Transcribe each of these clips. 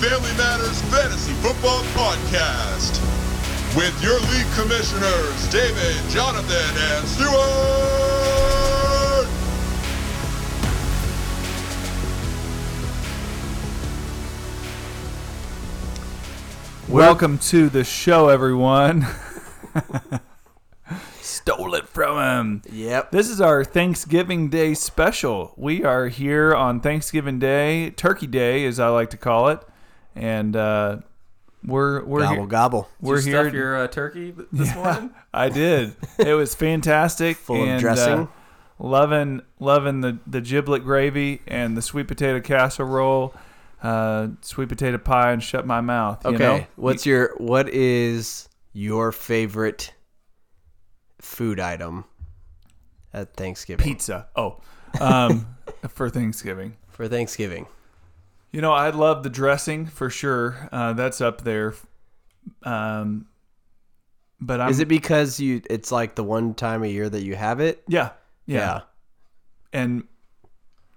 Family Matters Fantasy Football Podcast with your league commissioners, David, Jonathan, and Stuart. Welcome to the show, everyone. Stole it from him. Yep. This is our Thanksgiving Day special. We are here on Thanksgiving Day, Turkey Day, as I like to call it, and uh, we're we're Gobble here. gobble. We're you here. stuff your uh, turkey this morning? I did. It was fantastic. Full of and, uh, dressing. loving loving the the giblet gravy and the sweet potato casserole, uh, sweet potato pie, and shut my mouth. You Okay. know? What's your what is your favorite food item at Thanksgiving? pizza. Oh, um, for Thanksgiving. For Thanksgiving. You know, I love the dressing for sure. Uh, that's up there. Um, but I'm is it because you it's like the one time a year that you have it? yeah, yeah, and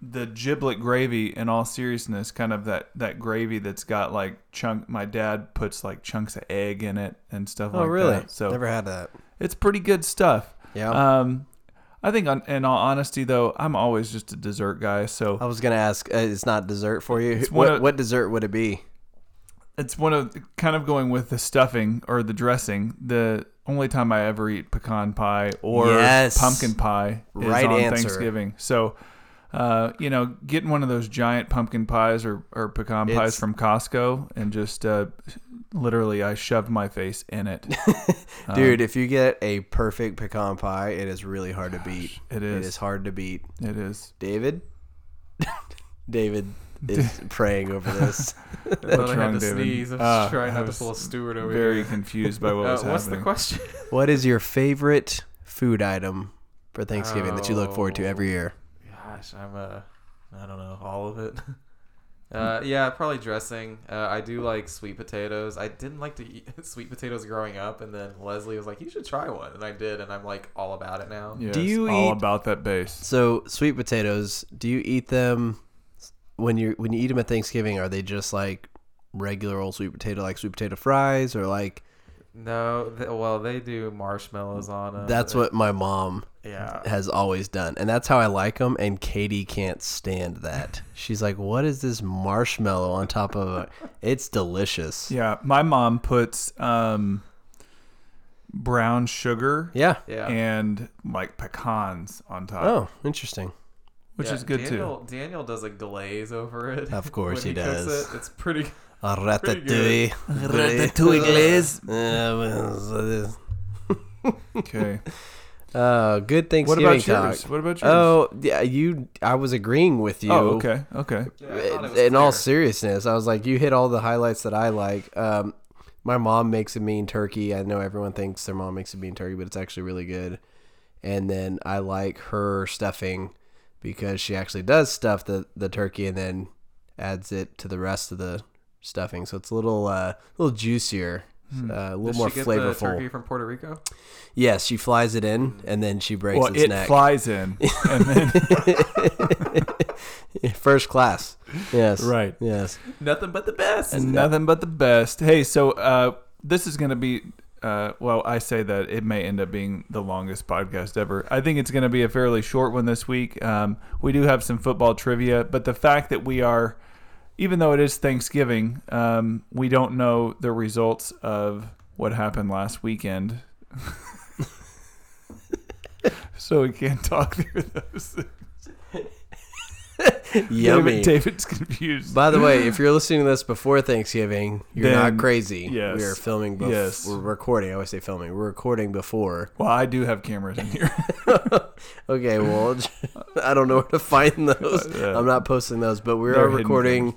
the giblet gravy. In all seriousness, kind of that that gravy that's got like chunk. My dad puts like chunks of egg in it and stuff Oh like really? that. So never had that. it's pretty good stuff. Yeah. Um, I think on, in all honesty though, I'm always just a dessert guy. So I was gonna ask. Uh, it's not dessert for you. one What, of- what dessert would it be? it's one of kind of going with the stuffing or the dressing. The only time I ever eat pecan pie or Yes. pumpkin pie is Right on answer. Thanksgiving. So, uh, you know, getting one of those giant pumpkin pies or, or pecan pies It's- from Costco and just uh, literally I shoved my face in it. Uh, Dude, if you get a perfect pecan pie, it is really hard to beat. it It is. is hard to beat. It is. David. David is praying over this. I thought I wrong, had to David? sneeze. I'm Ah, just trying I not to was pull a Stewart over Very here. confused by what Oh, Uh, was happening. what's the question? What is your favorite food item for Thanksgiving that you look forward to every year? Gosh, I'm uh, I don't know, all of it. Uh, yeah, probably dressing. Uh, I do like sweet potatoes. I didn't like to eat sweet potatoes growing up, and then Leslie was like, "You should try one," and I did, and I'm like all about it now. Yes, Do you all eat- about that base? So, sweet potatoes, do you eat them when you when you eat them at Thanksgiving? Are they just like regular old sweet potato like sweet potato fries or like No, th- well, they do marshmallows on them. that's what my mom Yeah. has always done and that's how I like them and Katie can't stand that. She's like, "What is this marshmallow on top of a It's delicious." Yeah, my mom puts um, brown sugar. Yeah. Yeah. and like pecans on top, Oh, interesting. which Yeah, is good Daniel, too. Daniel does like delays over it. Of course when he cooks does. It. It's pretty. A Pretty ratatouille. good. Ratatouille glaze. too. Okay. Uh, good what Thanksgiving about talk. yours? What about yours? Oh, yeah, you. I was agreeing with you. Oh, okay. Okay. Yeah, I thought it In, was all clear. seriousness, I was like, you hit all the highlights that I like. Um, my mom makes a mean turkey. I know everyone thinks their mom makes a mean turkey, but it's actually really good. And then I like her stuffing because she actually does stuff the, the turkey and then adds it to the rest of the stuffing. So it's a little uh, a little juicier, uh, a little Hmm. Does more she get flavorful. The turkey from Puerto Rico. Yes, she flies it in and then she breaks Well, its it neck. flies in, and then First class. Yes. Right. Yes. Nothing but the best. and nothing but the best. Hey, so uh, this is gonna be. Uh, well, I say that it may end up being the longest podcast ever. I think it's going to be a fairly short one this week. Um, we do have some football trivia, but the fact that we are, even though it is Thanksgiving, um, we don't know the results of what happened last weekend. so we can't talk through those. Yummy. David, David's confused. By the way, if you're listening to this before Thanksgiving, you're Then, not crazy. yes. We are filming before. Yes. We're recording. I always say filming. We're recording before. well, I do have cameras in here. Okay, well, I don't know where to find those. Yeah. I'm not posting those, but we They're are hidden recording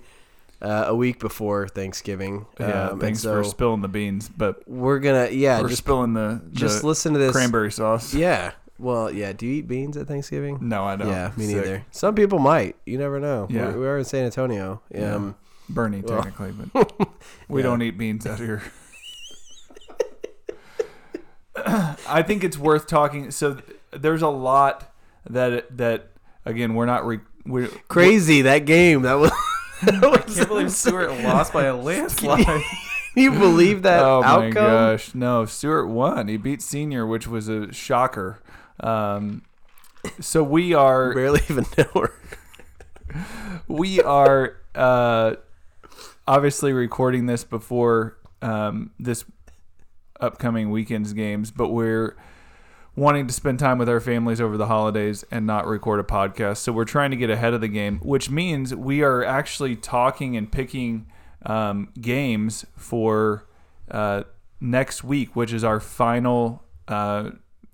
uh, a week before Thanksgiving. Um, yeah, and Uh, thanks for so spilling the beans, but We're going to, yeah, we're just, spilling the, just the listen to this. cranberry sauce. Yeah. Well, yeah. Do you eat beans at Thanksgiving? No, I don't. Yeah, me Sick. neither. Some people might. You never know. Yeah. Yeah. We are in San Antonio. Um, Bernie, Well. technically, but we don't eat beans out here. I think it's worth talking. So th- there's a lot that that again we're not re- we Crazy that game. That was I can't believe Stewart lost by a landslide. you believe that oh outcome? my gosh, no! Stewart won. He beat Senior, which was a shocker. Um, so we are Barely even know her. we are uh, obviously recording this before um, this upcoming weekend's games, but we're wanting to spend time with our families over the holidays and not record a podcast. So we're trying to get ahead of the game, which means we are actually talking and picking um, games for uh, next week, which is our final. Uh,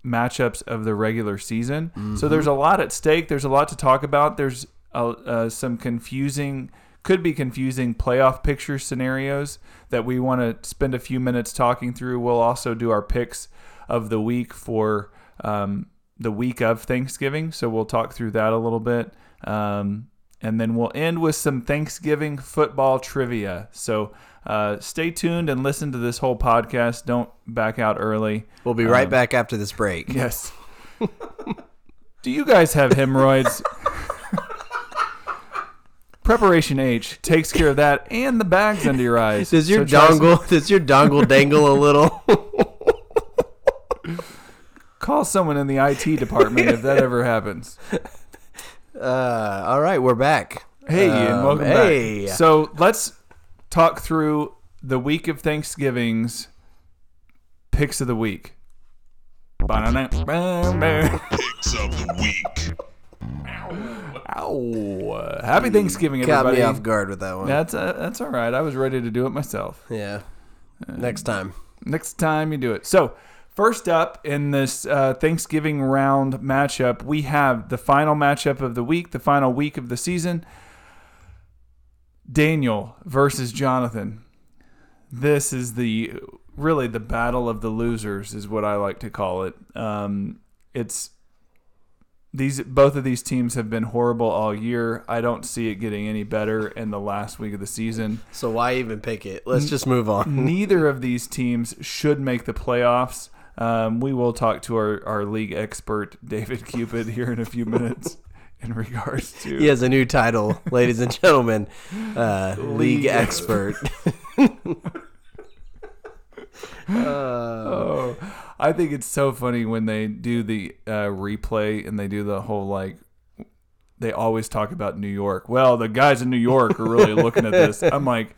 matchups of the regular season. So there's a lot at stake. There's a lot to talk about. There's uh, uh, some confusing, could be confusing playoff picture scenarios that we want to spend a few minutes talking through. We'll also do our picks of the week for um, the week of Thanksgiving. So we'll talk through that a little bit. Um, and then we'll end with some Thanksgiving football trivia. So uh, stay tuned and listen to this whole podcast. Don't back out early. We'll be right back after this break. Yes. Do you guys have hemorrhoids? Preparation H takes care of that and the bags under your eyes. Does your So try some- dongle does your dongle dangle a little? Uh, call someone in the IT department if that ever happens? Uh, all right, we're back. Hey, and Um, welcome hey. back. So let's talk through the week of Thanksgiving's picks of the week. Ba-na-na-ba-ba. Picks of the week. Ow. Happy Thanksgiving, Got everybody. me off guard with that one. That's uh, that's all right. I was ready to do it myself. yeah. Uh, Next time. next time you do it. So, first up in this uh, Thanksgiving round matchup, we have the final matchup of the week, the final week of the season Daniel versus Jonathan. This is the really the battle of the losers, is what I like to call it. Um, it's these both of these teams have been horrible all year. I don't see it getting any better in the last week of the season So why even pick it? Let's just move on. neither of these teams should make the playoffs. Um, we will talk to our, our league expert, David Cupid, here in a few minutes in regards to He has a new title, ladies and gentlemen. Uh, league expert. Oh, I think it's so funny when they do the uh, replay and they do the whole like. They always talk about New York. Well, the guys in New York are really looking at this. I'm like,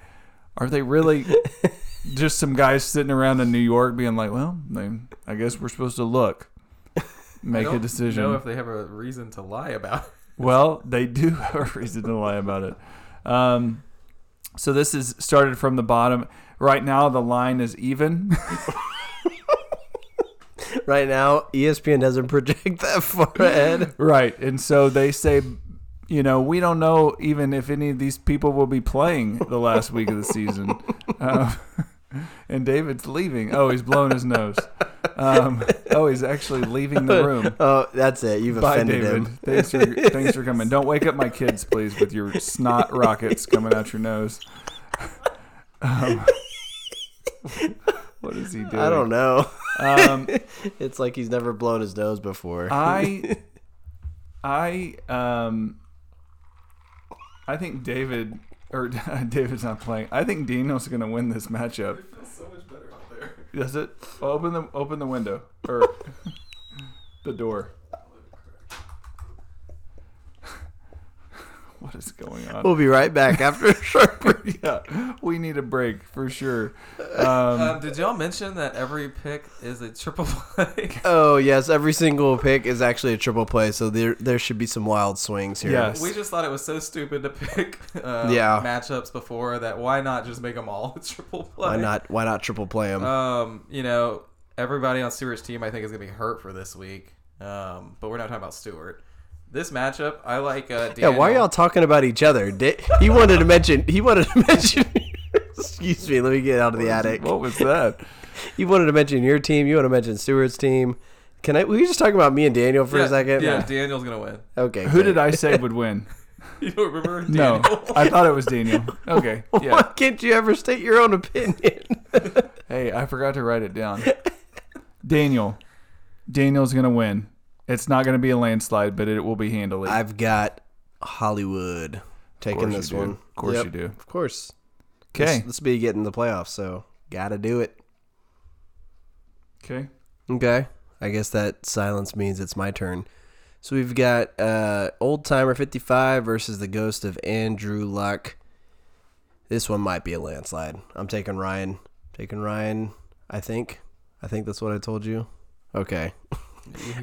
are they really just some guys sitting around in New York being like, well, they, I guess we're supposed to look, I make a don't decision. Know if they have a reason to lie about it. Well, they do have a reason to lie about it. Um, so this is started from the bottom. Right now, the line is even. right now, E ESPN doesn't project that far ahead. right. And so they say, you know, we don't know even if any of these people will be playing the last week of the season. Um, and David's leaving. Oh, he's blowing his nose. Um, oh, he's actually leaving the room. Oh, that's it. You've Bye, offended David. him. Thanks for thanks for coming. Don't wake up my kids, please, with your snot rockets coming out your nose. Um, what is he doing? I don't know. Um, It's like he's never blown his nose before. I, I, um, I think David or David's not playing. I think Daniel's going to win this matchup. so much better out there. Does it? Open the open the window or the door. What is going on? we'll be right back after a short break. yeah, we need a break for sure. Um, Um, did y'all mention that every pick is a triple play? Oh yes, every single pick is actually a triple play, so there there should be some wild swings here. Yes. we just thought it was so stupid to pick uh, Yeah. matchups before that. Why not just make them all a triple play? Why not? Why not triple play them? Uh, Um, you know, everybody on Stewart's team, I think, is gonna be hurt for this week. Um, but we're not talking about Stewart. This matchup, I like. Uh, yeah. Why are Daniel. y'all talking about each other? Di- he wanted to mention. He wanted to mention. excuse me. Let me get out of the attic. what was that? You wanted to mention your team. You want to mention Stewart's team. Can I? We just talk about me and Daniel for yeah, a second. Yeah, Daniel's gonna win. Okay. Who did I say would win? You don't remember? No, Daniel? I thought it was Daniel. Okay, Why yeah. can't you ever state your own opinion? Hey, I forgot to write it down. Daniel, Daniel's gonna win. It's not gonna be a landslide, but it will be handily. I've got Hollywood. taking course you this do. one. Of course you do. Of course. Okay. This, this be getting the playoffs, so gotta do it. Okay. Okay. I guess that silence means it's my turn. So we've got uh, Old Timer 55 versus the ghost of Andrew Luck. This one might be a landslide. I'm taking Ryan. Taking Ryan, I think. I think that's what I told you. Okay.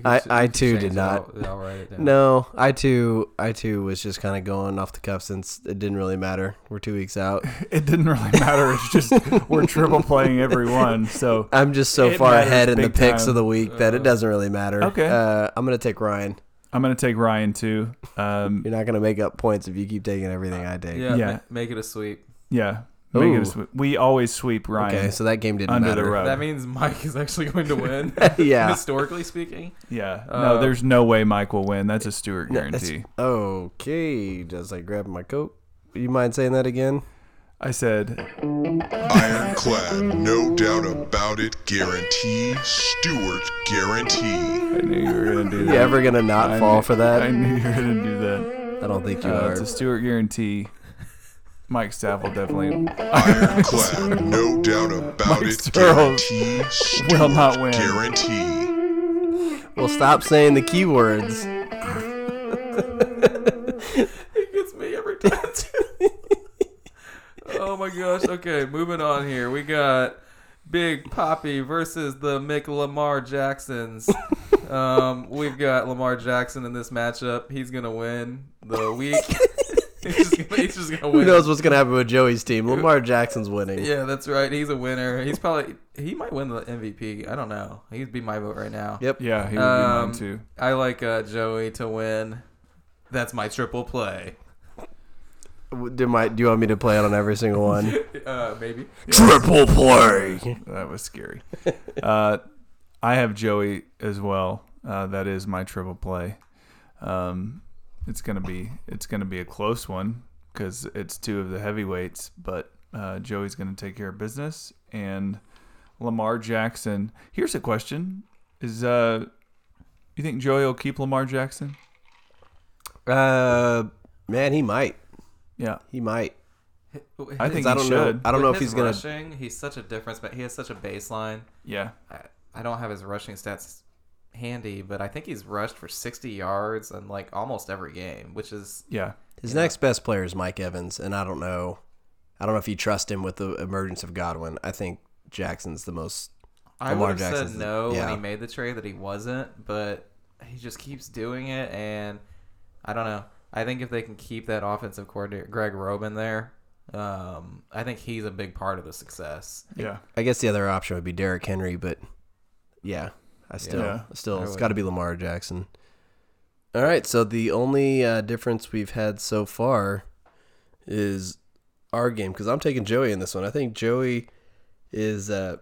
I- I too did not. I'll, I'll write it down. No, I too I too was just kind of going off the cuff since it didn't really matter. We're 2 weeks out. It didn't really matter. It's just we're triple playing every one. So I'm just so It far matters ahead in the big picks time. Uh, of the week that it doesn't really matter. okay. Uh, I'm going to take Ryan. I'm gonna take Ryan too. Um, You're not going to make up points if you keep taking everything I take. Yeah, Yeah. ma- make it a sweep. yeah. Make it Ooh. a sweep. We always sweep Ryan. Okay, so that game didn't Under the matter. rug. That means Mike is actually going to win. Uh, yeah. Historically speaking, yeah. Uh, no, there's no way Mike will win. That's a Stewart No, that's- guarantee. Okay. Does I grab my coat? You mind saying that again? I said Ironclad, no doubt about it, guarantee, Stewart guarantee. I knew you were gonna do that. You ever gonna not I fall knew- for that? I I, knew you were gonna do that. don't think you Uh, are. it's a Stewart guarantee. Mike Staff will definitely Ironclad, no doubt about Mike it, Searles guarantee, will Stewart not win. guarantee. Well, stop saying the keywords. it gets me every time. oh my gosh. Okay, moving on here. We got Big Poppy versus the Mick Lamar Jacksons. Um, we've got Lamar Jackson in this matchup. He's gonna win the week. he's, just gonna, he's just gonna win. Who knows what's gonna happen with Joey's team? Lamar Jackson's winning. Yeah, that's right. He's a winner. He's probably he might win the MVP. I don't know. He'd be my vote right now. Yep. Yeah, he would be Um, mine too. I like uh, Joey to win. That's my triple play. W- Do my? Do you want me to play it on every single one? Uh, maybe. Triple play. That was scary. uh, I have Joey as well. Uh, that is my triple play. Um, it's gonna be it's gonna be a close one because it's two of the heavyweights, but uh, Joey's gonna take care of business. And Lamar Jackson. Here's a question: Is uh, you think Joey will keep Lamar Jackson? Uh, man, he might. Yeah, He might. I think I he don't should. know. I don't know With if his he's gonna. rushing. He's such a difference, but he has such a baseline. yeah, I, I don't have his rushing stats handy, but I think he's rushed for 60 yards in like almost every game, which is yeah. His next best player is Mike Evans, and I don't know. I don't know if you trust him with the emergence of Godwin. I think Jackson's the most. I Lamar would have said Jackson's- no yeah. when he made the trade that he wasn't, but he just keeps doing it, and I don't know. I think if they can keep that offensive coordinator Greg Roman there, um, I think he's a big part of the success. Yeah, I guess the other option would be Derrick Henry, but yeah, I still, Yeah. still, I it's would. got to be Lamar Jackson. All right, so the only uh, difference we've had so far is our game because I'm taking Joey in this one. I think Joey is, uh,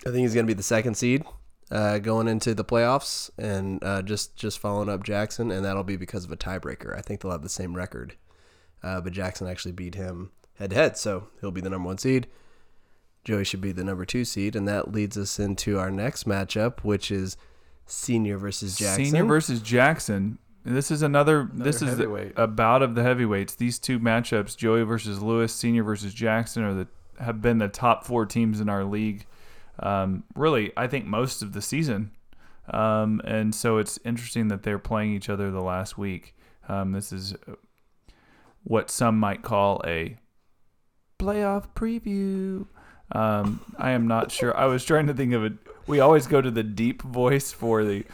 I think he's going to be the second seed uh, going into the playoffs, and uh, just just following up Jackson, and that'll be because of a tiebreaker. I think they'll have the same record, uh, but Jackson actually beat him head to head, so he'll be the number one seed. Joey should be the number two seed, and that leads us into our next matchup, which is Senior versus Jackson. Senior versus Jackson. This is another. this is the, heavyweight. a bout of the heavyweights. These two matchups, Joey versus Lewis, Senior versus Jackson, are the have been the top four teams in our league. Um, really, I think most of the season. Um, and so it's interesting that they're playing each other the last week. Um, this is uh, what some might call a playoff preview. Um, I am not sure. I was trying to think of it. We always go to the deep voice for the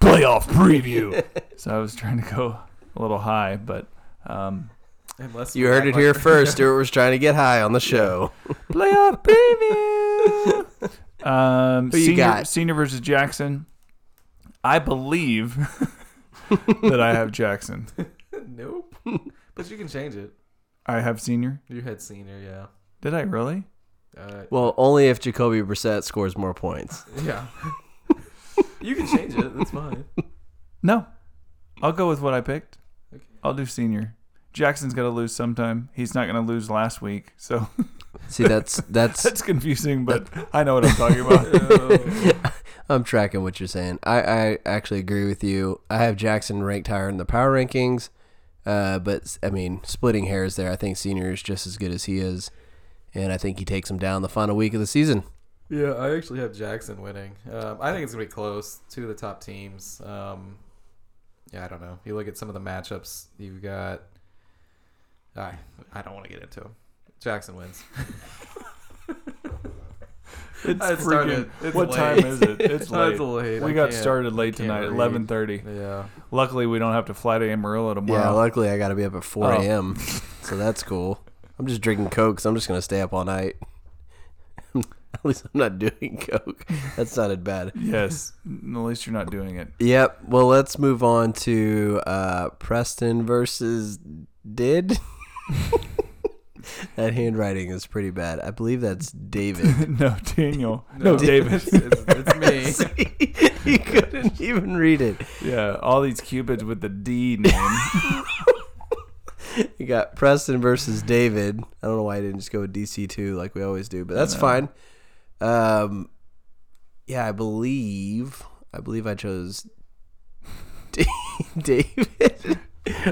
playoff preview. so I was trying to go a little high, but um, Unless you we heard act it like- here first. Stuart was trying to get high on the show. playoff preview. Um, Who you senior, got? Senior versus Jackson. I believe that I have Jackson. nope. but you can change it. I have senior. You had senior, yeah. Did I really? Uh, Well, only if Jacoby Brissett scores more points. yeah. you can change it. That's fine. No. I'll go with what I picked. Okay. I'll do senior. Jackson's got to lose sometime. He's not going to lose last week, so See, that's that's that's confusing. But I know what I'm talking about. I'm tracking what you're saying. I, I actually agree with you. I have Jackson ranked higher in the power rankings. Uh, but I mean, splitting hairs there. I think Senior is just as good as he is, and I think he takes him down the final week of the season. Yeah, I actually have Jackson winning. Um, I think it's gonna be close. Two of the top teams. Um, yeah, I don't know. You look at some of the matchups you've got. I I don't want to get into them. Jackson wins. It's I freaking. started- it's what late. time is it? It's late. That's late. We I got can't- started late I can't tonight, read. eleven thirty. Yeah. Luckily, we don't have to fly to Amarillo Yeah, tomorrow. luckily I got to be up at 4 Oh. a.m., so that's cool. I'm just drinking Coke, so I'm just going to stay up all night. at least I'm not doing Coke. That sounded bad. yes, at least you're not doing it. Yep. Well, let's move on to uh, Preston versus Did. that handwriting is pretty bad. I believe that's David. no, Daniel. No, David. It's, it's, it's me. he couldn't even read it. yeah, all these cupids with the D name. You got Preston versus David. I don't know why I didn't just go with DC two like we always do, but that's fine. Um, yeah, I believe I believe I chose D- David.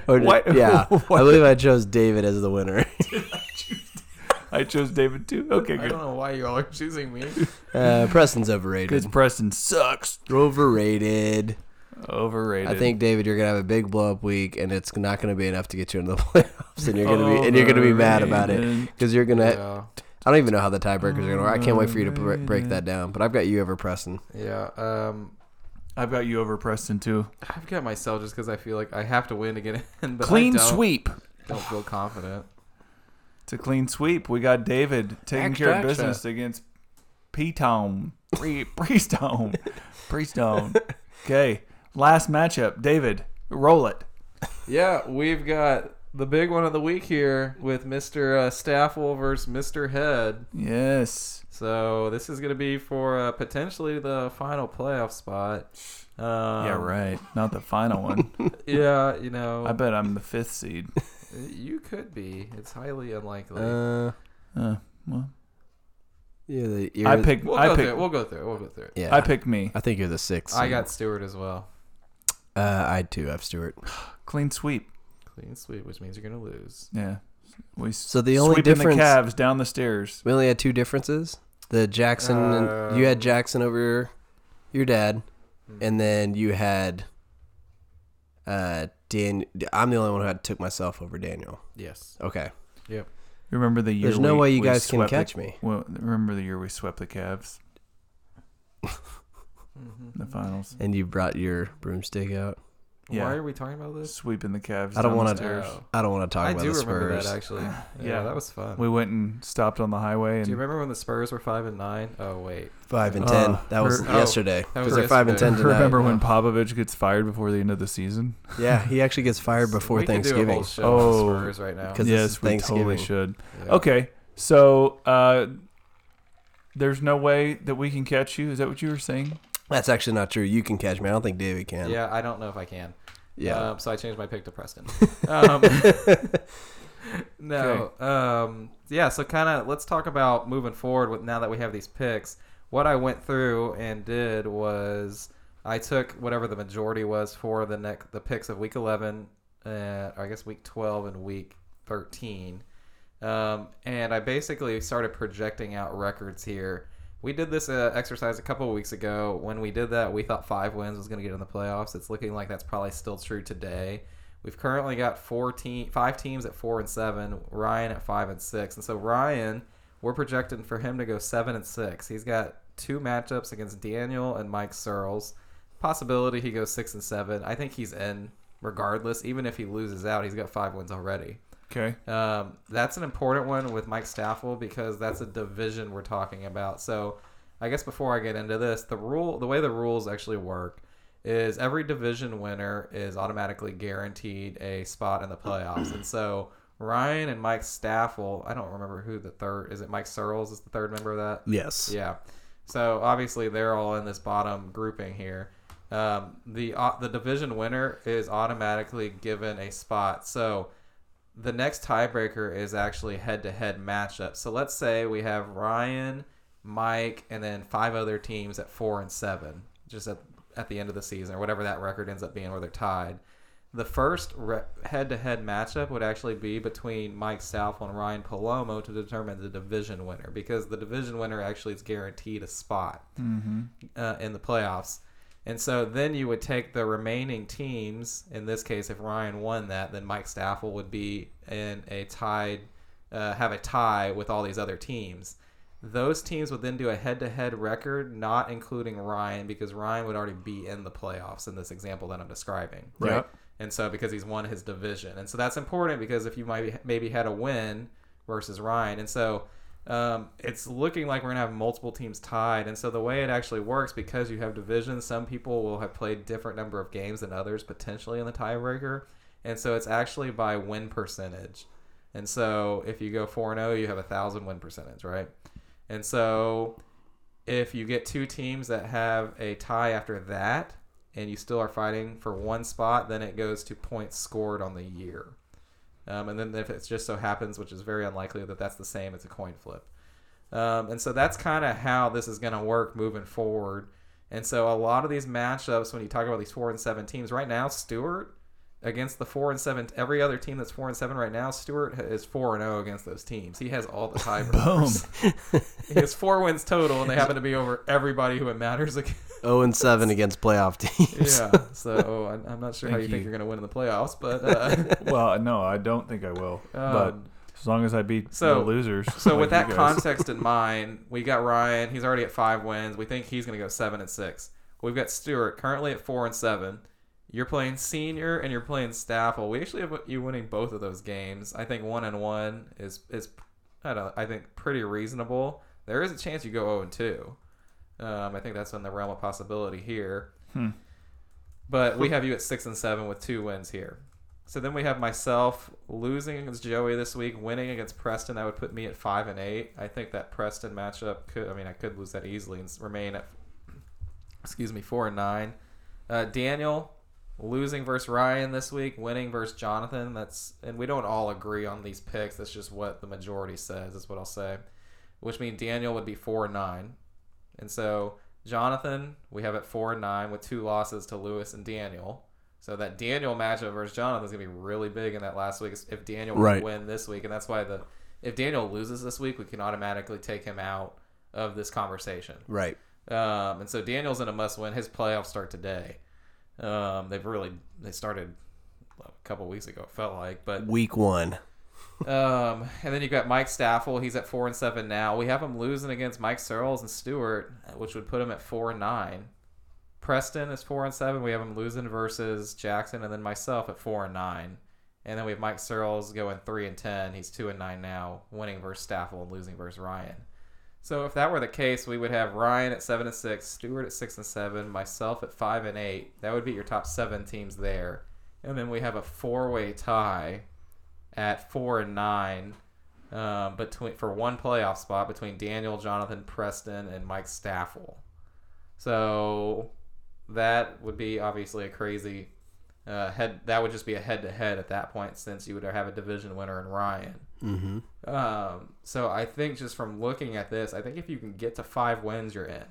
Or did- What? Yeah, What? I believe I chose David as the winner. I chose David too. Okay, I good. don't know why you all are choosing me. Uh, Preston's Because overrated. Preston sucks. Overrated. Overrated. I think David, you're gonna have a big blow up week, and it's not gonna be enough to get you into the playoffs, and you're gonna be and you're gonna be mad about it Overrated. because you're gonna Yeah. I don't even know how the tiebreakers are going to work. I can't wait for you to bre- break that down. But I've got you over pressing. Yeah. Um, I've got you over Preston too. I've got myself just because I feel like I have to win to get in. But Clean I don't, sweep. Don't feel confident. It's a clean sweep. We got David taking Extra, care of extra. business against P-Tone. Pre- Priestone. Priestone. Okay. Last matchup. David, roll it. Yeah, we've got the big one of the week here with Mr. Uh, Staffel versus Mr. Head. Yes. So this is going to be for uh, potentially the final playoff spot. Um, yeah, right. Not the final one. Yeah, you know, I bet I'm the fifth seed. you could be. It's highly unlikely. Uh, Uh, well, yeah, the, you're, I pick. we'll go I through pick. it. We'll go through it. We'll go through it. Yeah, I pick me. I think you're the sixth. I seed. got Stewart as well. Uh, I too have Stewart. Clean sweep. Clean sweep, which means you're going to lose. Yeah. We So the only sweeping difference- the Cavs down the stairs. We only had two differences. The Jackson. and Uh, you had Jackson over your, your dad, and then you had. Uh, Dan. I'm the only one who had took myself over Daniel. Mm-hmm. Yes. Okay. Yep. Remember the year? There's no we- way you we guys can swept the- catch me. Well, remember the year we swept the Cavs Mm-hmm. in the finals, And you brought your broomstick out. Yeah. Why are we talking about this? sweeping the Cavs. I don't down wanna- the stairs. Oh. I don't want to talk I about do the remember Spurs. that actually. Yeah, Yeah. that was fun. We went and stopped on the highway, and Do you remember when the Spurs were five and nine? Oh wait, Five and ten. Uh, that was oh, yesterday. that Because was they're five and ten yesterday. tonight. remember when Popovich gets fired before the end of the season? Yeah, he actually gets fired before we could do a whole Thanksgiving. show on the Oh. Spurs right now. 'Cause this yes, is we totally Thanksgiving. should. Yeah. Okay, so uh, there's no way that we can catch you. Is that what you were saying? That's actually not true. You can catch me. I don't think David can. Yeah, I don't know if I can. Yeah. Um, so I changed my pick to Preston. Um, no. Um, yeah. So kind of let's talk about moving forward with now that we have these picks. What I went through and did was I took whatever the majority was for the neck the picks of week eleven, uh, I guess week twelve and week thirteen, um, and I basically started projecting out records here. We did this uh, exercise a couple of weeks ago. When we did that, we thought five wins was going to get in the playoffs. It's looking like that's probably still true today. We've currently got four team, five teams at four and seven. Ryan at five and six, and so Ryan, we're projecting for him to go seven and six. He's got two matchups against Daniel and Mike Searles. Possibility he goes six and seven. I think he's in regardless. Even if he loses out, he's got five wins already. Okay. Um, that's an important one with Mike Staffel because that's a division we're talking about. So, I guess before I get into this, the rule, the way the rules actually work, is every division winner is automatically guaranteed a spot in the playoffs. and so Ryan and Mike Staffel, I don't remember who the third is. It Mike Searles is the third member of that. Yes. Yeah. So obviously they're all in this bottom grouping here. Um, the uh, the division winner is automatically given a spot. So the next tiebreaker is actually head to head matchup. So let's say we have Ryan, Mike, and then five other teams at four and seven, just at, at the end of the season or whatever that record ends up being where they're tied. the first re- head-to-head matchup would actually be between Mike Southwell and Ryan Palomo to determine the division winner because the division winner actually is guaranteed a spot uh, in the playoffs. And so then you would take the remaining teams. In this case, if Ryan won that, then Mike Staffel would be in a tied, uh, have a tie with all these other teams. Those teams would then do a head-to-head record, not including Ryan, because Ryan would already be in the playoffs in this example that I'm describing. Right. Yep. And so because he's won his division, and so that's important because if you might maybe had a win versus Ryan, and so um, it's looking like we're gonna have multiple teams tied. And so the way it actually works, because you have divisions, some people will have played different number of games than others potentially in the tiebreaker, and so it's actually by win percentage. And so if you go four and zero, you have a thousand win percentage, right? And so if you get two teams that have a tie after that, and you still are fighting for one spot, then it goes to points scored on the year. Um, and then if it just so happens, which is very unlikely, that that's the same, it's a coin flip. Um, and so that's kind of how this is going to work moving forward. And so a lot of these matchups, when you talk about these four and seven teams right now, Stewart against the four and seven, every other team that's four and seven right now, Stewart is four and zero against those teams. He has all the tiebreakers. he has four wins total, and they happen to be over everybody who it matters against. Zero Oh and seven against playoff teams. Yeah, so I- I'm not sure how you, Thank think you. you're going to win in the playoffs, but uh, well, no, I don't think I will. but Um, as long as I beat so- the losers. so like with you that guys. context in mind, we got Ryan. He's already at five wins. We think he's going to go seven and six. We've got Stewart currently at four and seven. You're playing senior and you're playing Staffel. We actually have you winning both of those games. I think one and one is is I don't I think pretty reasonable. There is a chance you go zero and two. Um, I think that's in the realm of possibility here. Hmm. But we have you at six and seven with two wins here. So then we have myself losing against Joey this week, winning against Preston. That would put me at five and eight. I think that Preston matchup could. I mean, I could lose that easily and s- remain at, excuse me, four and nine. Uh, Daniel losing versus Ryan this week, winning versus Jonathan. That's and we don't all agree on these picks. That's just what the majority says. Is what I'll say, which means Daniel would be four and nine. And so Jonathan, we have at four and nine with two losses to Lewis and Daniel. So that Daniel matchup versus Jonathan is gonna be really big in that last week. If Daniel Right. can win this week, and that's why the if Daniel loses this week, we can automatically take him out of this conversation. Right. Um, and so Daniel's in a must win. His playoffs start today. Um, they've really they started a couple weeks ago. It felt like, but Week one. um, and then you've got Mike Staffel. He's at four and seven now. We have him losing against Mike Searles and Stewart, which would put him at four and nine. Preston is four and seven. We have him losing versus Jackson, and then myself at four and nine. And then we have Mike Searles going three and ten. He's two and nine now, winning versus Staffel and losing versus Ryan. So if that were the case, we would have Ryan at seven and six, Stewart at six and seven, myself at five and eight. That would be your top seven teams there. And then we have a four-way tie at four and nine um, between for one playoff spot between Daniel, Jonathan, Preston, and Mike Staffel. So that would be obviously a crazy uh, head. That would just be a head to head at that point, since you would have a division winner in Ryan. Mm-hmm. Um, so I think just from looking at this, I think if you can get to five wins, you're in.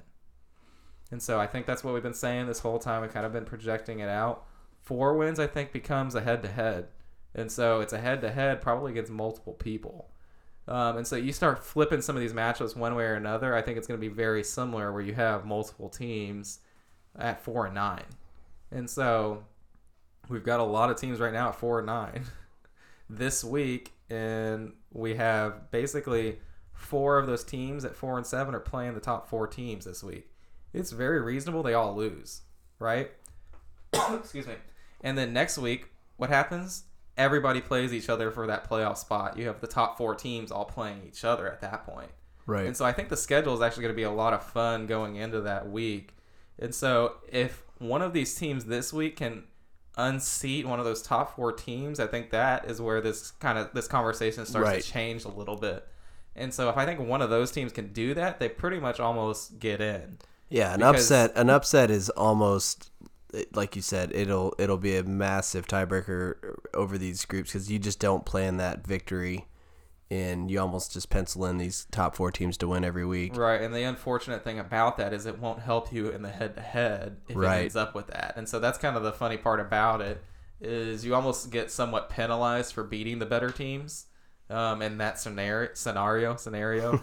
And so I think that's what we've been saying this whole time. We've kind of been projecting it out. Four wins, I think, becomes a head to head. And so it's a head to head, probably against multiple people. Um, and so you start flipping some of these matchups one way or another. I think it's going to be very similar where you have multiple teams at four and nine. And so we've got a lot of teams right now at four and nine this week, and we have basically four of those teams at four and seven are playing the top four teams this week. It's very reasonable they all lose, right? Excuse me. And then next week, what happens? Everybody plays each other for that playoff spot. You have the top four teams all playing each other at that point. Right. And so I think the schedule is actually going to be a lot of fun going into that week. And so if one of these teams this week can unseat one of those top four teams, I think that is where this kind of this conversation starts Right. to change a little bit. And so if I think one of those teams can do that, they pretty much almost get in. Yeah, an Because- upset. An upset is almost like you said. It'll it'll be a massive tiebreaker over these groups because you just don't plan that victory, and you almost just pencil in these top four teams to win every week. Right, and the unfortunate thing about that is it won't help you in the head to head if Right. it ends up with that. And so that's kind of the funny part about it is you almost get somewhat penalized for beating the better teams um, in that scenario scenario scenario.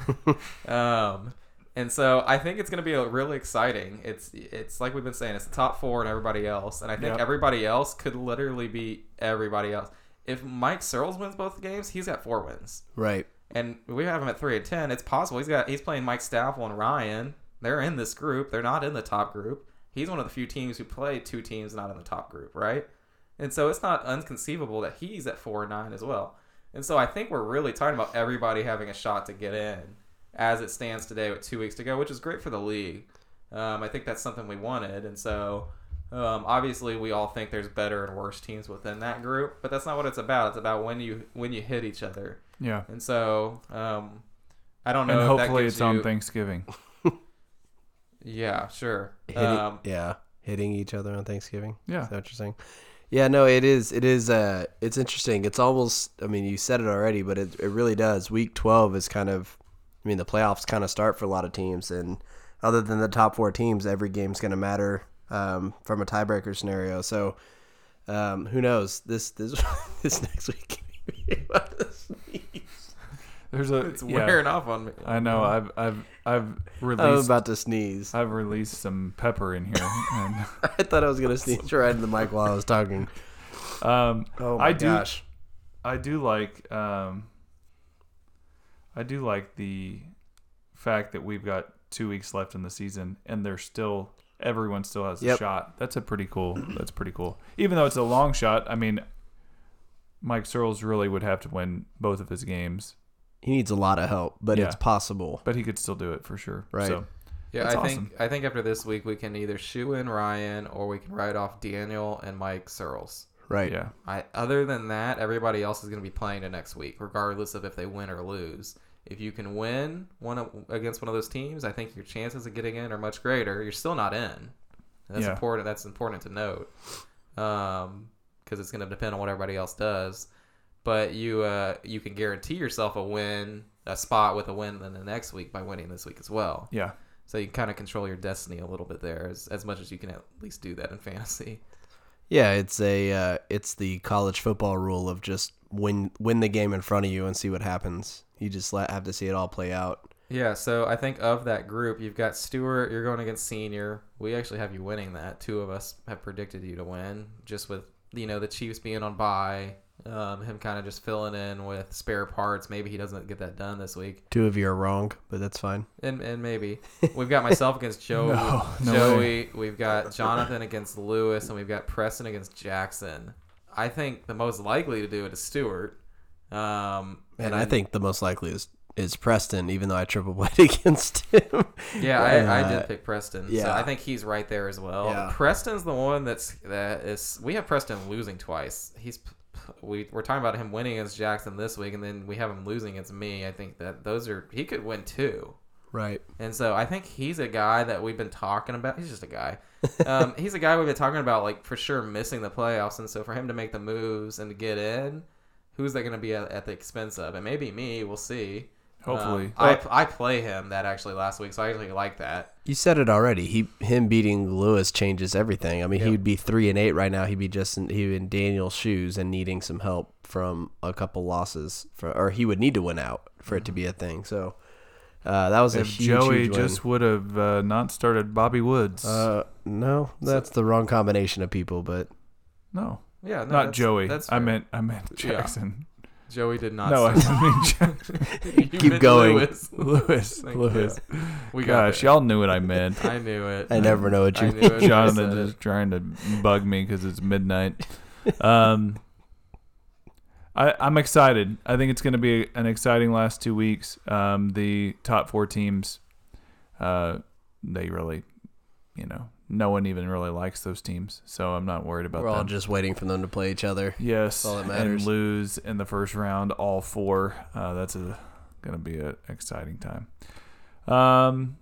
um, and so I think it's going to be a really exciting. It's it's like we've been saying, it's the top four and everybody else, and I think Yep. everybody else could literally be everybody else. If Mike Searles wins both games, he's got four wins, Right. and we have him at three and ten. It's possible he's got he's playing Mike Staffel and Ryan. They're in this group. They're not in the top group. He's one of the few teams who play two teams not in the top group, right? And so it's not unconceivable that he's at four and nine as well. And so I think we're really talking about everybody having a shot to get in as it stands today with two weeks to go, which is great for the league. Um, I think that's something we wanted. And so um, obviously we all think there's better and worse teams within that group, but that's not what it's about. It's about when you when you hit each other. Yeah. And so um, I don't know. And if Oh, that hopefully gives it's on you- Thanksgiving. Yeah, sure. Hitting, Um, yeah, hitting each other on Thanksgiving. Yeah. is that what you're saying? Yeah, no, it is. It is. Uh, it's interesting. It's almost. I mean, you said it already, but it, it really does. Week twelve is kind of. I mean, the playoffs kind of start for a lot of teams, and other than the top four teams, every game's going to matter um, from a tiebreaker scenario. So, um, who knows? This this this next week. There's a it's yeah. wearing off on me. I know. I've I've I've I released was about to sneeze. I've released some pepper in here. And, I thought I was going to sneeze right in the mic while I was talking. um, Oh my I do gosh! I do like um, I do like the fact that we've got two weeks left in the season, and there's still everyone still has a Yep. shot. That's a pretty cool. That's pretty cool. Even though it's a long shot, I mean, Mike Searles really would have to win both of his games, He needs a lot of help, but Yeah. it's possible. but he could still do it for sure. Right. So, Yeah, That's I think I think after this week we can either shoe in Ryan or we can write off Daniel and Mike Searles. Right. yeah. I other than that, everybody else is going to be playing the next week, regardless of if they win or lose. If you can win one of- against one of those teams, I think your chances of getting in are much greater. You're still not in. That's Yeah. important. That's important to note, because it's going to depend on what everybody else does. But you uh, you can guarantee yourself a win, a spot with a win in the next week by winning this week as well. Yeah. So you kind of control your destiny a little bit there, as, as much as you can at least do that in fantasy. Yeah, it's a uh, it's the college football rule of just win win the game in front of you and see what happens. You just let, have to see it all play out. Yeah, so I think of that group, you've got Stewart, you're going against Senior. We actually have you winning that. Two of us have predicted you to win, just with, you know, the Chiefs being on bye, um, him kind of just filling in with spare parts. Maybe he doesn't get that done this week. Two of you are wrong, but that's fine. And, and maybe we've got myself against Joey. No, no Joey, we've got Jonathan against Lewis, and we've got Preston against Jackson. I think the most likely to do it is Stewart. Um, And, then- I think the most likely is is Preston, even though I triple played against him. Yeah, I, I Uh, did pick Preston. so yeah. I think he's right there as well. Yeah. Preston's the one that's that is. We have Preston losing twice. He's p- p- we we're talking about him winning against Jackson this week, and then we have him losing against me. I think that those are he could win two. Right. And so I think he's a guy that we've been talking about. He's just a guy. Um, he's a guy we've been talking about, like for sure missing the playoffs. And so for him to make the moves and to get in, who's that going to be at, at the expense of? And maybe me. We'll see. Hopefully. Um, I, I play him that actually last week, so I actually like that. You said it already. He him beating Lewis changes everything. I mean, he would be three and eight right now. He'd be just in, he in Daniel's shoes and needing some help from a couple losses, for, or he would need to win out for it to be a thing. So uh, that was a if huge, Joey huge win. just would have uh, not started Bobby Woods, Uh, no, that's the wrong combination of people. But no, Yeah, no, not that's- Joey. That's I fair. meant I meant Yeah. Jackson. Joey did not. No, I say didn't mean Jackson. that. You Keep meant going. Lewis. Lewis, Thank Lewis. We got Gosh, it. y'all knew what I meant. I knew it. I never know what I you knew it. I Jonathan said it. just trying to bug me because it's midnight. Um, I, I'm excited. I think it's going to be an exciting last two weeks. Um, the top four teams, uh, they really, you know, no one even really likes those teams, so I'm not worried about We're all them. just waiting for them to play each other. yes, all that and matters. lose in the first round, all four. Uh, that's a going to be an exciting time. Um,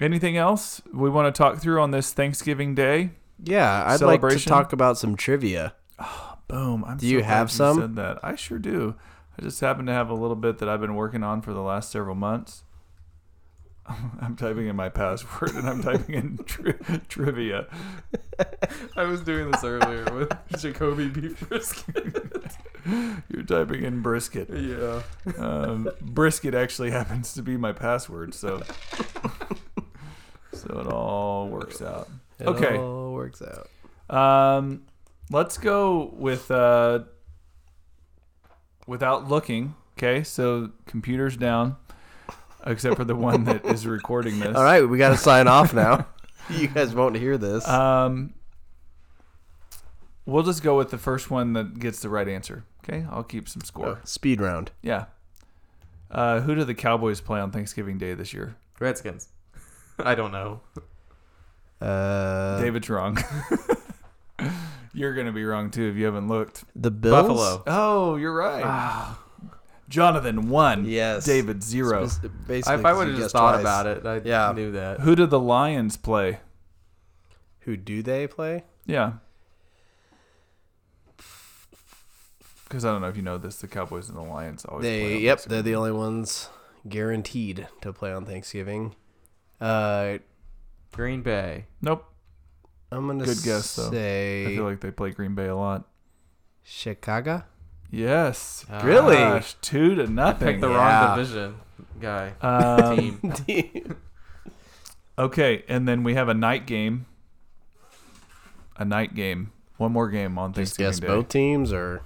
anything else we want to talk through on this Thanksgiving Day? Yeah, I'd like to Celebration? talk about some trivia. Boom. I'm Do so you glad have some? Said that. I sure do. I just happen to have a little bit that I've been working on for the last several months. I'm typing in my password and I'm typing in tri- trivia. I was doing this earlier with Jacoby beef brisket. You're typing in brisket. yeah. Um, brisket actually happens to be my password, so so it all works out. It Okay. all works out. Um, let's go with uh, without looking. Okay, so computers down, except for the one that is recording this. All right, we got to sign off now. You guys won't hear this. Um, we'll just go with the first one that gets the right answer. Okay, I'll keep some score. Speed round. Yeah. Uh, who do the Cowboys play on Thanksgiving Day this year? Redskins. I don't know. Uh, David's wrong. you're gonna be wrong too if you haven't looked. the Bills. Buffalo. Oh, you're right. Jonathan one. Yes. David zero. Bas- Basically, If I would have just thought about it, I Yeah. knew that. Who do the Lions play? who do they play? Yeah. Because I don't know if you know this, the Cowboys and the Lions always. play They on yep, Thanksgiving. they're the only ones guaranteed to play on Thanksgiving. Uh, Green Bay. Nope. I'm gonna Good guess, though. I say feel like they play Green Bay a lot. Chicago. Yes. Ah. Really? Gosh, two to Picked nothing. the Yeah. wrong division guy. Um, Team. Okay, and then we have a night game. A night game. One more game on Just Thanksgiving guess Day. both teams or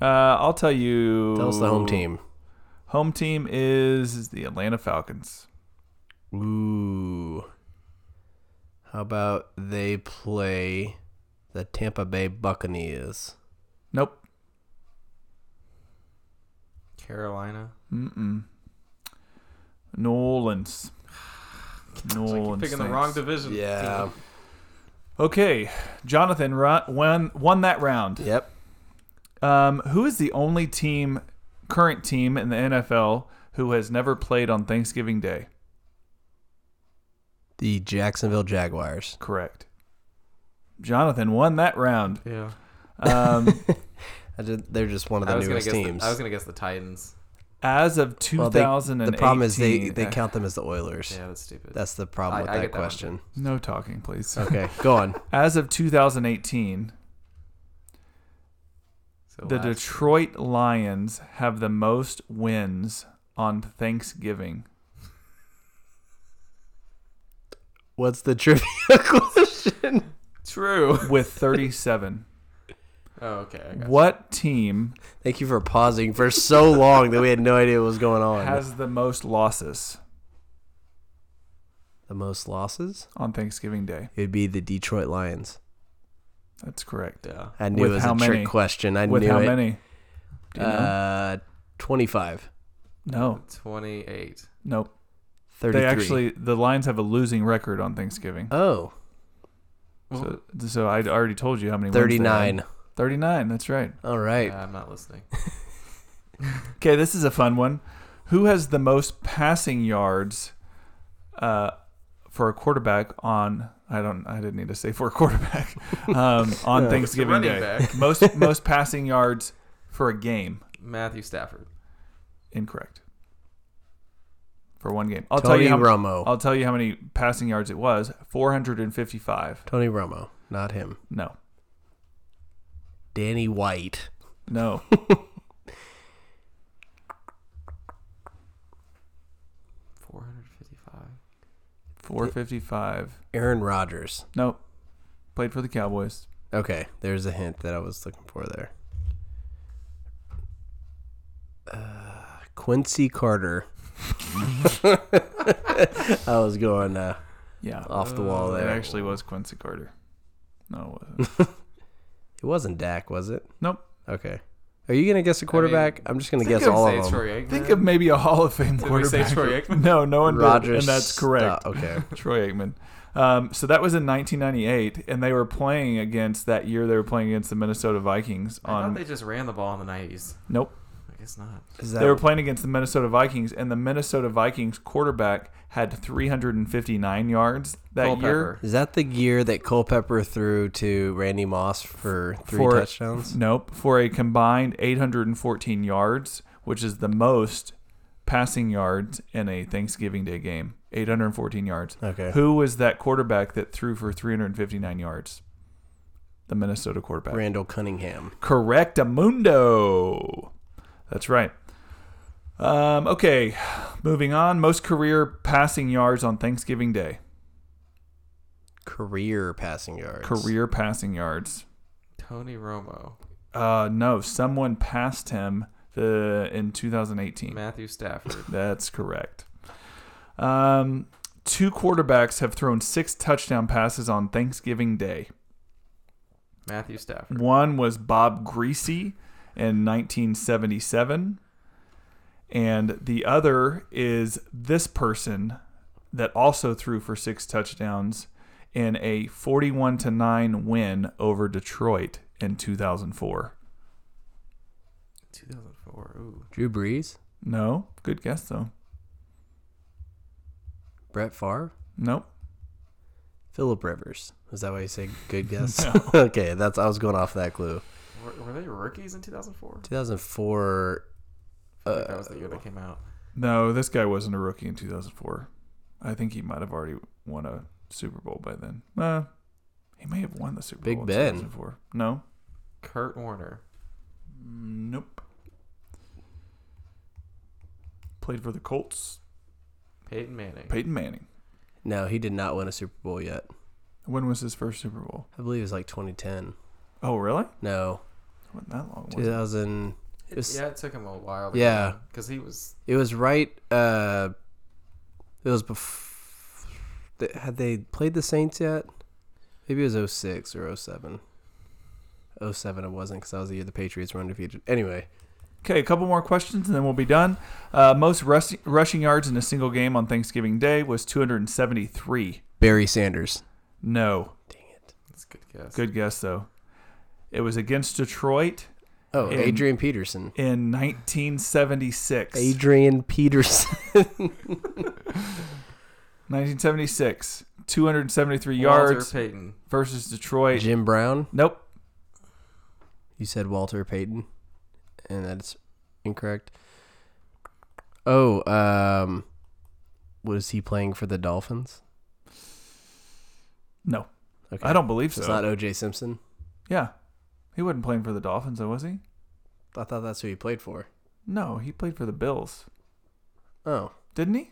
Uh, I'll tell you. tell us the home team. Home team is the Atlanta Falcons. Ooh. How about they play the Tampa Bay Buccaneers? Nope. Carolina. Mm-mm. New Orleans. New It's like you're Orleans picking the wrong Saints. division. Yeah. team. Okay, Jonathan run, won won that round. Yep. Um, who is the only team, current team in the NFL, who has never played on Thanksgiving Day? The Jacksonville Jaguars. Correct. Jonathan won that round. Yeah. Um, I did, they're just one of I the was gonna newest guess. The, teams. I was gonna guess the Titans. as of Well, they- 2018, the problem is they, they count them as the Oilers. Yeah, that's stupid. That's the problem I- with I that get that one, question. No talking, please. okay, go on. As of 2018, so the last. Detroit Lions have the most wins on Thanksgiving. What's the trivia question? True. with 37. Oh, okay. I got what team Thank you for pausing for so long that we had no idea what was going on. has the most losses the most losses? on Thanksgiving Day? It'd be the Detroit Lions. That's correct. you. Yeah. I knew With it was how a many? trick question. I With knew how it. many? Do you know? Uh, 25. no, Twenty-eight. nope. 33. They actually, the Lions have a losing record on Thanksgiving. Oh, So, so I already told you how many. wins they had. 39. 39, that's right. All right. Yeah, I'm not listening. Okay, this is a fun one. Who has the most passing yards uh, for a quarterback on? I don't. I didn't need to say for a quarterback um, on Thanksgiving running Day. back. Most most passing yards for a game. Matthew Stafford. Incorrect. For one game, I'll Tony tell you. How, Romo. I'll tell you how many passing yards it was. Four hundred and fifty-five. Tony Romo. Not him. No, Danny White. no. Four hundred fifty-five. Four fifty-five. Aaron Rodgers. Nope. Played for the Cowboys. Okay, there's a hint that I was looking for there. Uh, Quincy Carter. I was going uh, Yeah, off the wall it there. actually was Quincy Carter. No, it wasn't. It wasn't Dak, was it? nope. Okay. Are you gonna guess a quarterback? I am just gonna Think guess of all say of them. Troy Aikman. Think of maybe a Hall of Fame we say quarterback. Troy Aikman? No, no one did, Rodgers. and that's correct. Sta- okay. Troy Aikman. Um, so that was in 1998, and they were playing against that year. They were playing against the Minnesota Vikings I thought on. they just ran the ball in the nineties. nope, I guess not. Is they were that playing against the Minnesota Vikings, and the Minnesota Vikings quarterback had 359 yards that year. Culpepper. is that the year that Culpepper threw to Randy Moss for three For- touchdowns? Nope, for a combined 814 yards, which is the most passing yards in a Thanksgiving Day game, 814 yards. Okay. Who was that quarterback that threw for 359 yards? The Minnesota quarterback. Randall Cunningham. Correct, Amundo. That's right. Um, okay, moving on. Most career passing yards on Thanksgiving Day. Career passing yards. Career passing yards. Tony Romo, Uh, no, someone passed him the, in 2018. Matthew Stafford. That's correct. Um, two quarterbacks have thrown six touchdown passes on Thanksgiving Day. Matthew Stafford. One was Bob Greasy in 1977, and the other is this person that also threw for six touchdowns in a 41 to 9 win over Detroit in 2004. 2004. Ooh. Drew Brees. No, good guess though. Brett Favre. Nope. Philip Rivers. Is that why you say good guess? okay, that's I was going off that clue. Were, were they rookies in 2004? 2004. I feel like that was the year they came out. No, this guy wasn't a rookie in 2004. I think he might have already won a Super Bowl by then. Uh, he may have won the Super Big Bowl Ben. in 2004. No. Kurt Warner. Nope. Played for the Colts. Peyton Manning. Peyton Manning. No, he did not win a Super Bowl yet. When was his first Super Bowl? I believe it was like 2010. Oh, really? No, Wasn't that long? was it? 2000. It was, yeah, it took him a while. Yeah. Because he was. it was right. Uh, it was before. Had they played the Saints yet? Maybe it was 06 or 07. 07 it wasn't because that was the year the Patriots were undefeated. Anyway, Okay, a couple more questions and then we'll be done. Uh, most rush- rushing yards in a single game on Thanksgiving Day was 273. Barry Sanders. No. Dang it. That's a good guess. Good guess, though. It was against Detroit Oh, And- Adrian Peterson. in 1976. Adrian Peterson. 1976, 273 Walter yards Payton. versus Detroit. Jim Brown. Nope. You said Walter Payton, and that's incorrect. Oh, um, was he playing for the Dolphins? No. Okay, I don't believe so. It's not O.J. Simpson. yeah. He wasn't playing for the Dolphins, though, was he? I thought that's who he played for. No, he played for the Bills. Oh, Didn't he?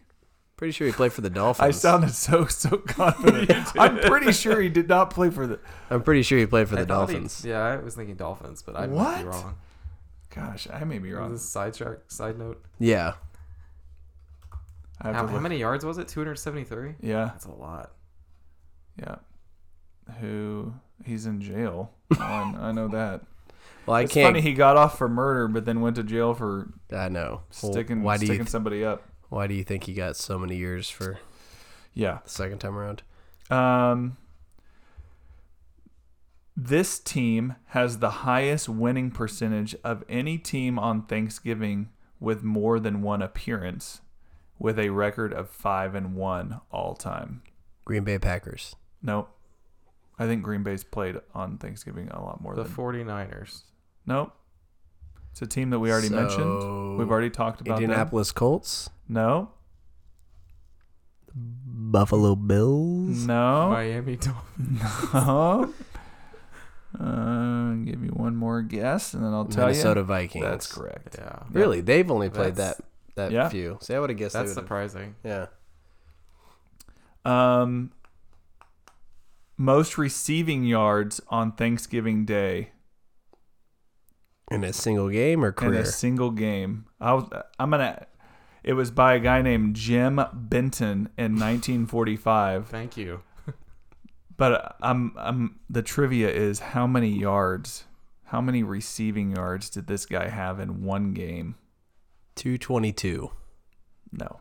pretty sure he played for the I Dolphins. sounded so so confident. I'm pretty sure he did not play for the I'm pretty sure he played for the I thought he- Dolphins. yeah, I was thinking Dolphins, but I might What? be wrong. Gosh, I may be wrong. This is a sidetrack, side note. Yeah, I have How, to how look. many yards was it? 273? Yeah. That's a lot. Yeah. Who he's in jail. Oh, I, I know that. well, I It's can't. funny he got off for murder but then went to jail for I know. Well, sticking why do sticking you th- somebody up. Why do you think he got so many years for Yeah. the second time around? Um this team has the highest winning percentage of any team on Thanksgiving with more than one appearance with a record of 5 and 1 all time. Green Bay Packers. Nope. I think Green Bay's played on Thanksgiving a lot more The than 49ers. Nope. It's a team that we already mentioned. So, We've already talked about them. Indianapolis Colts. No. Buffalo Bills. No. Miami Dolphins. No. Uh, give me one more guess, and then I'll tell Minnesota you. Vikings. That's correct. Yeah. Really, they've only played That's- that that Yeah. few. See, I would have guessed That's they would. surprising. Yeah, Um, most receiving yards on Thanksgiving Day in a single game or in career. a single game. I was, I'm gonna. It was by a guy named Jim Benton in 1945. Thank you. But um, um, the trivia is how many yards, how many receiving yards did this guy have in one game? Two twenty-two. No,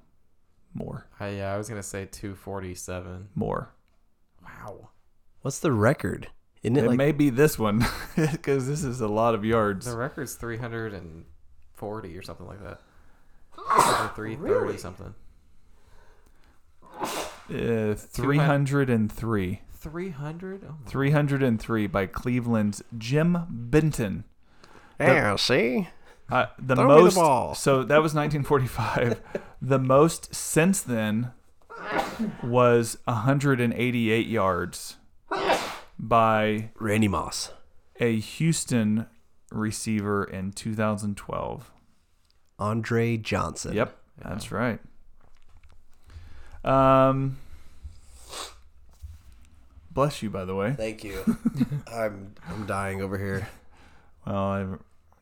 more, I, yeah, I was going to say 247. more. Wow. What's the record? Isn't It it like may be this one because this is a lot of yards. The record's 340 or something like that. Or 330 something. Uh, 303. 300? Oh, 303 by Cleveland's Jim Benton. yeah? See, Uh, the Throw me the most. ball. So that was 1945. the most since then was 188 yards by Randy Moss. a Houston receiver in 2012. Andre Johnson. Yep, that's right. Um, bless you, by the way. Thank you. I'm I'm dying over here. Well, I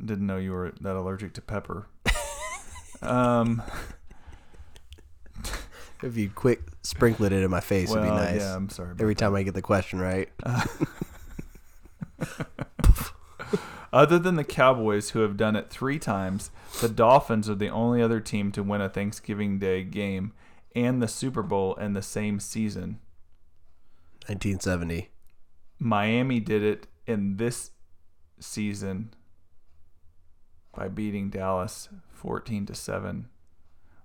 didn't know you were that allergic to pepper. um, If you'd quick sprinkle it in my face, well, it'd be nice. yeah, I'm sorry. about Every time I get the question right. Other than the Cowboys, who have done it three times, the Dolphins are the only other team to win a Thanksgiving Day game and the Super Bowl in the same season. 1970. Miami did it in this season by beating Dallas 14 to 7.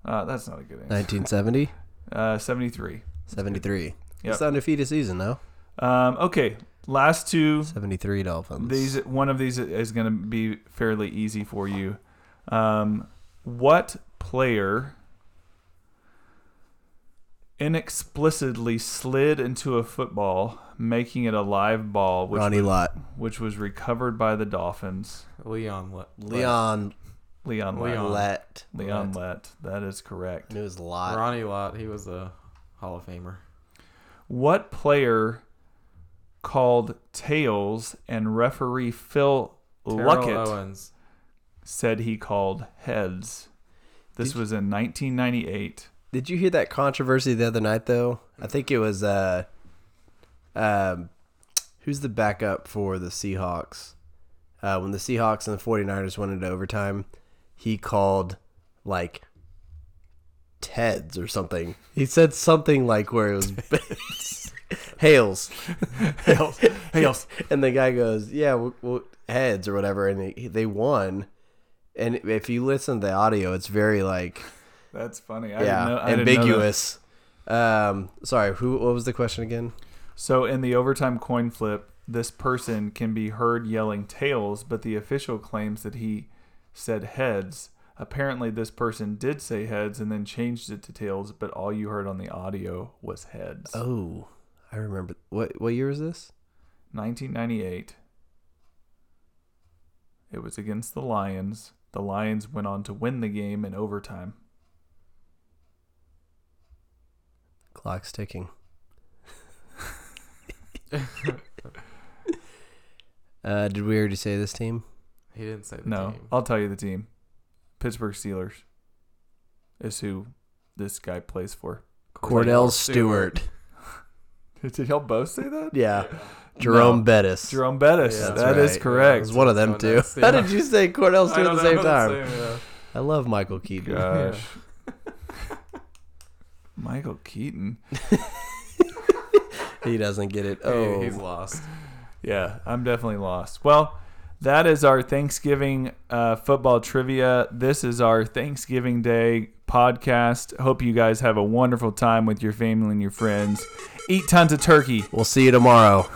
Uh, that's not a good answer. 1970. Uh, 73. 73. Yep. It's the undefeated season, no? Um, okay, last two 73 Dolphins. These one of these is going to be fairly easy for you. Um, what player inexplicitly slid into a football, making it a live ball, which Ronnie Lott. which was recovered by the Dolphins? Leon. Le- Leon Leon Leon. Lett. Lett. Leon Lett. That is correct. It was Lott. Ronnie Lott. He was a Hall of Famer. What player called tails and referee Phil Terrell Luckett? Owens. said he called heads. This was in 1998. Did you hear that controversy the other night though? I think it was uh um who's the backup for the Seahawks? Uh when the Seahawks and the 49ers went into overtime, he called like Ted's or something. He said something like where it was Hales. Hales. Hales. And the guy goes, "Yeah, we'll, we'll, heads or whatever." And he, they won. And if you listen to the audio, it's very like That's funny. I yeah, didn't know, I didn't know that. ambiguous. Um, sorry, who? What was the question again? So in the overtime coin flip, this person can be heard yelling tails, but the official claims that he said heads. Apparently, this person did say heads and then changed it to tails, but all you heard on the audio was heads. Oh, I remember. What what year was this? 1998. It was against the Lions. The Lions went on to win the game in overtime. Clock's ticking. uh, did we already say this team? He didn't say the No, name. I'll tell you the team. Pittsburgh Steelers is who this guy plays for. Cordell Cordell Stewart. Stewart. Did y'all both say that? Yeah, Jerome No. Bettis. Jerome Bettis. Yeah, That that's is right. Yeah, It correct. was one of them One two. that's- How did you say Cordell Stewart at the same time? yeah. I love Michael Keaton. Gosh. Michael Keaton. He doesn't get it. He- Oh, he's lost. Yeah, I'm definitely lost. Well, that is our Thanksgiving uh, football trivia. This is our Thanksgiving Day podcast. Hope you guys have a wonderful time with your family and your friends. Eat tons of turkey. we'll see you tomorrow.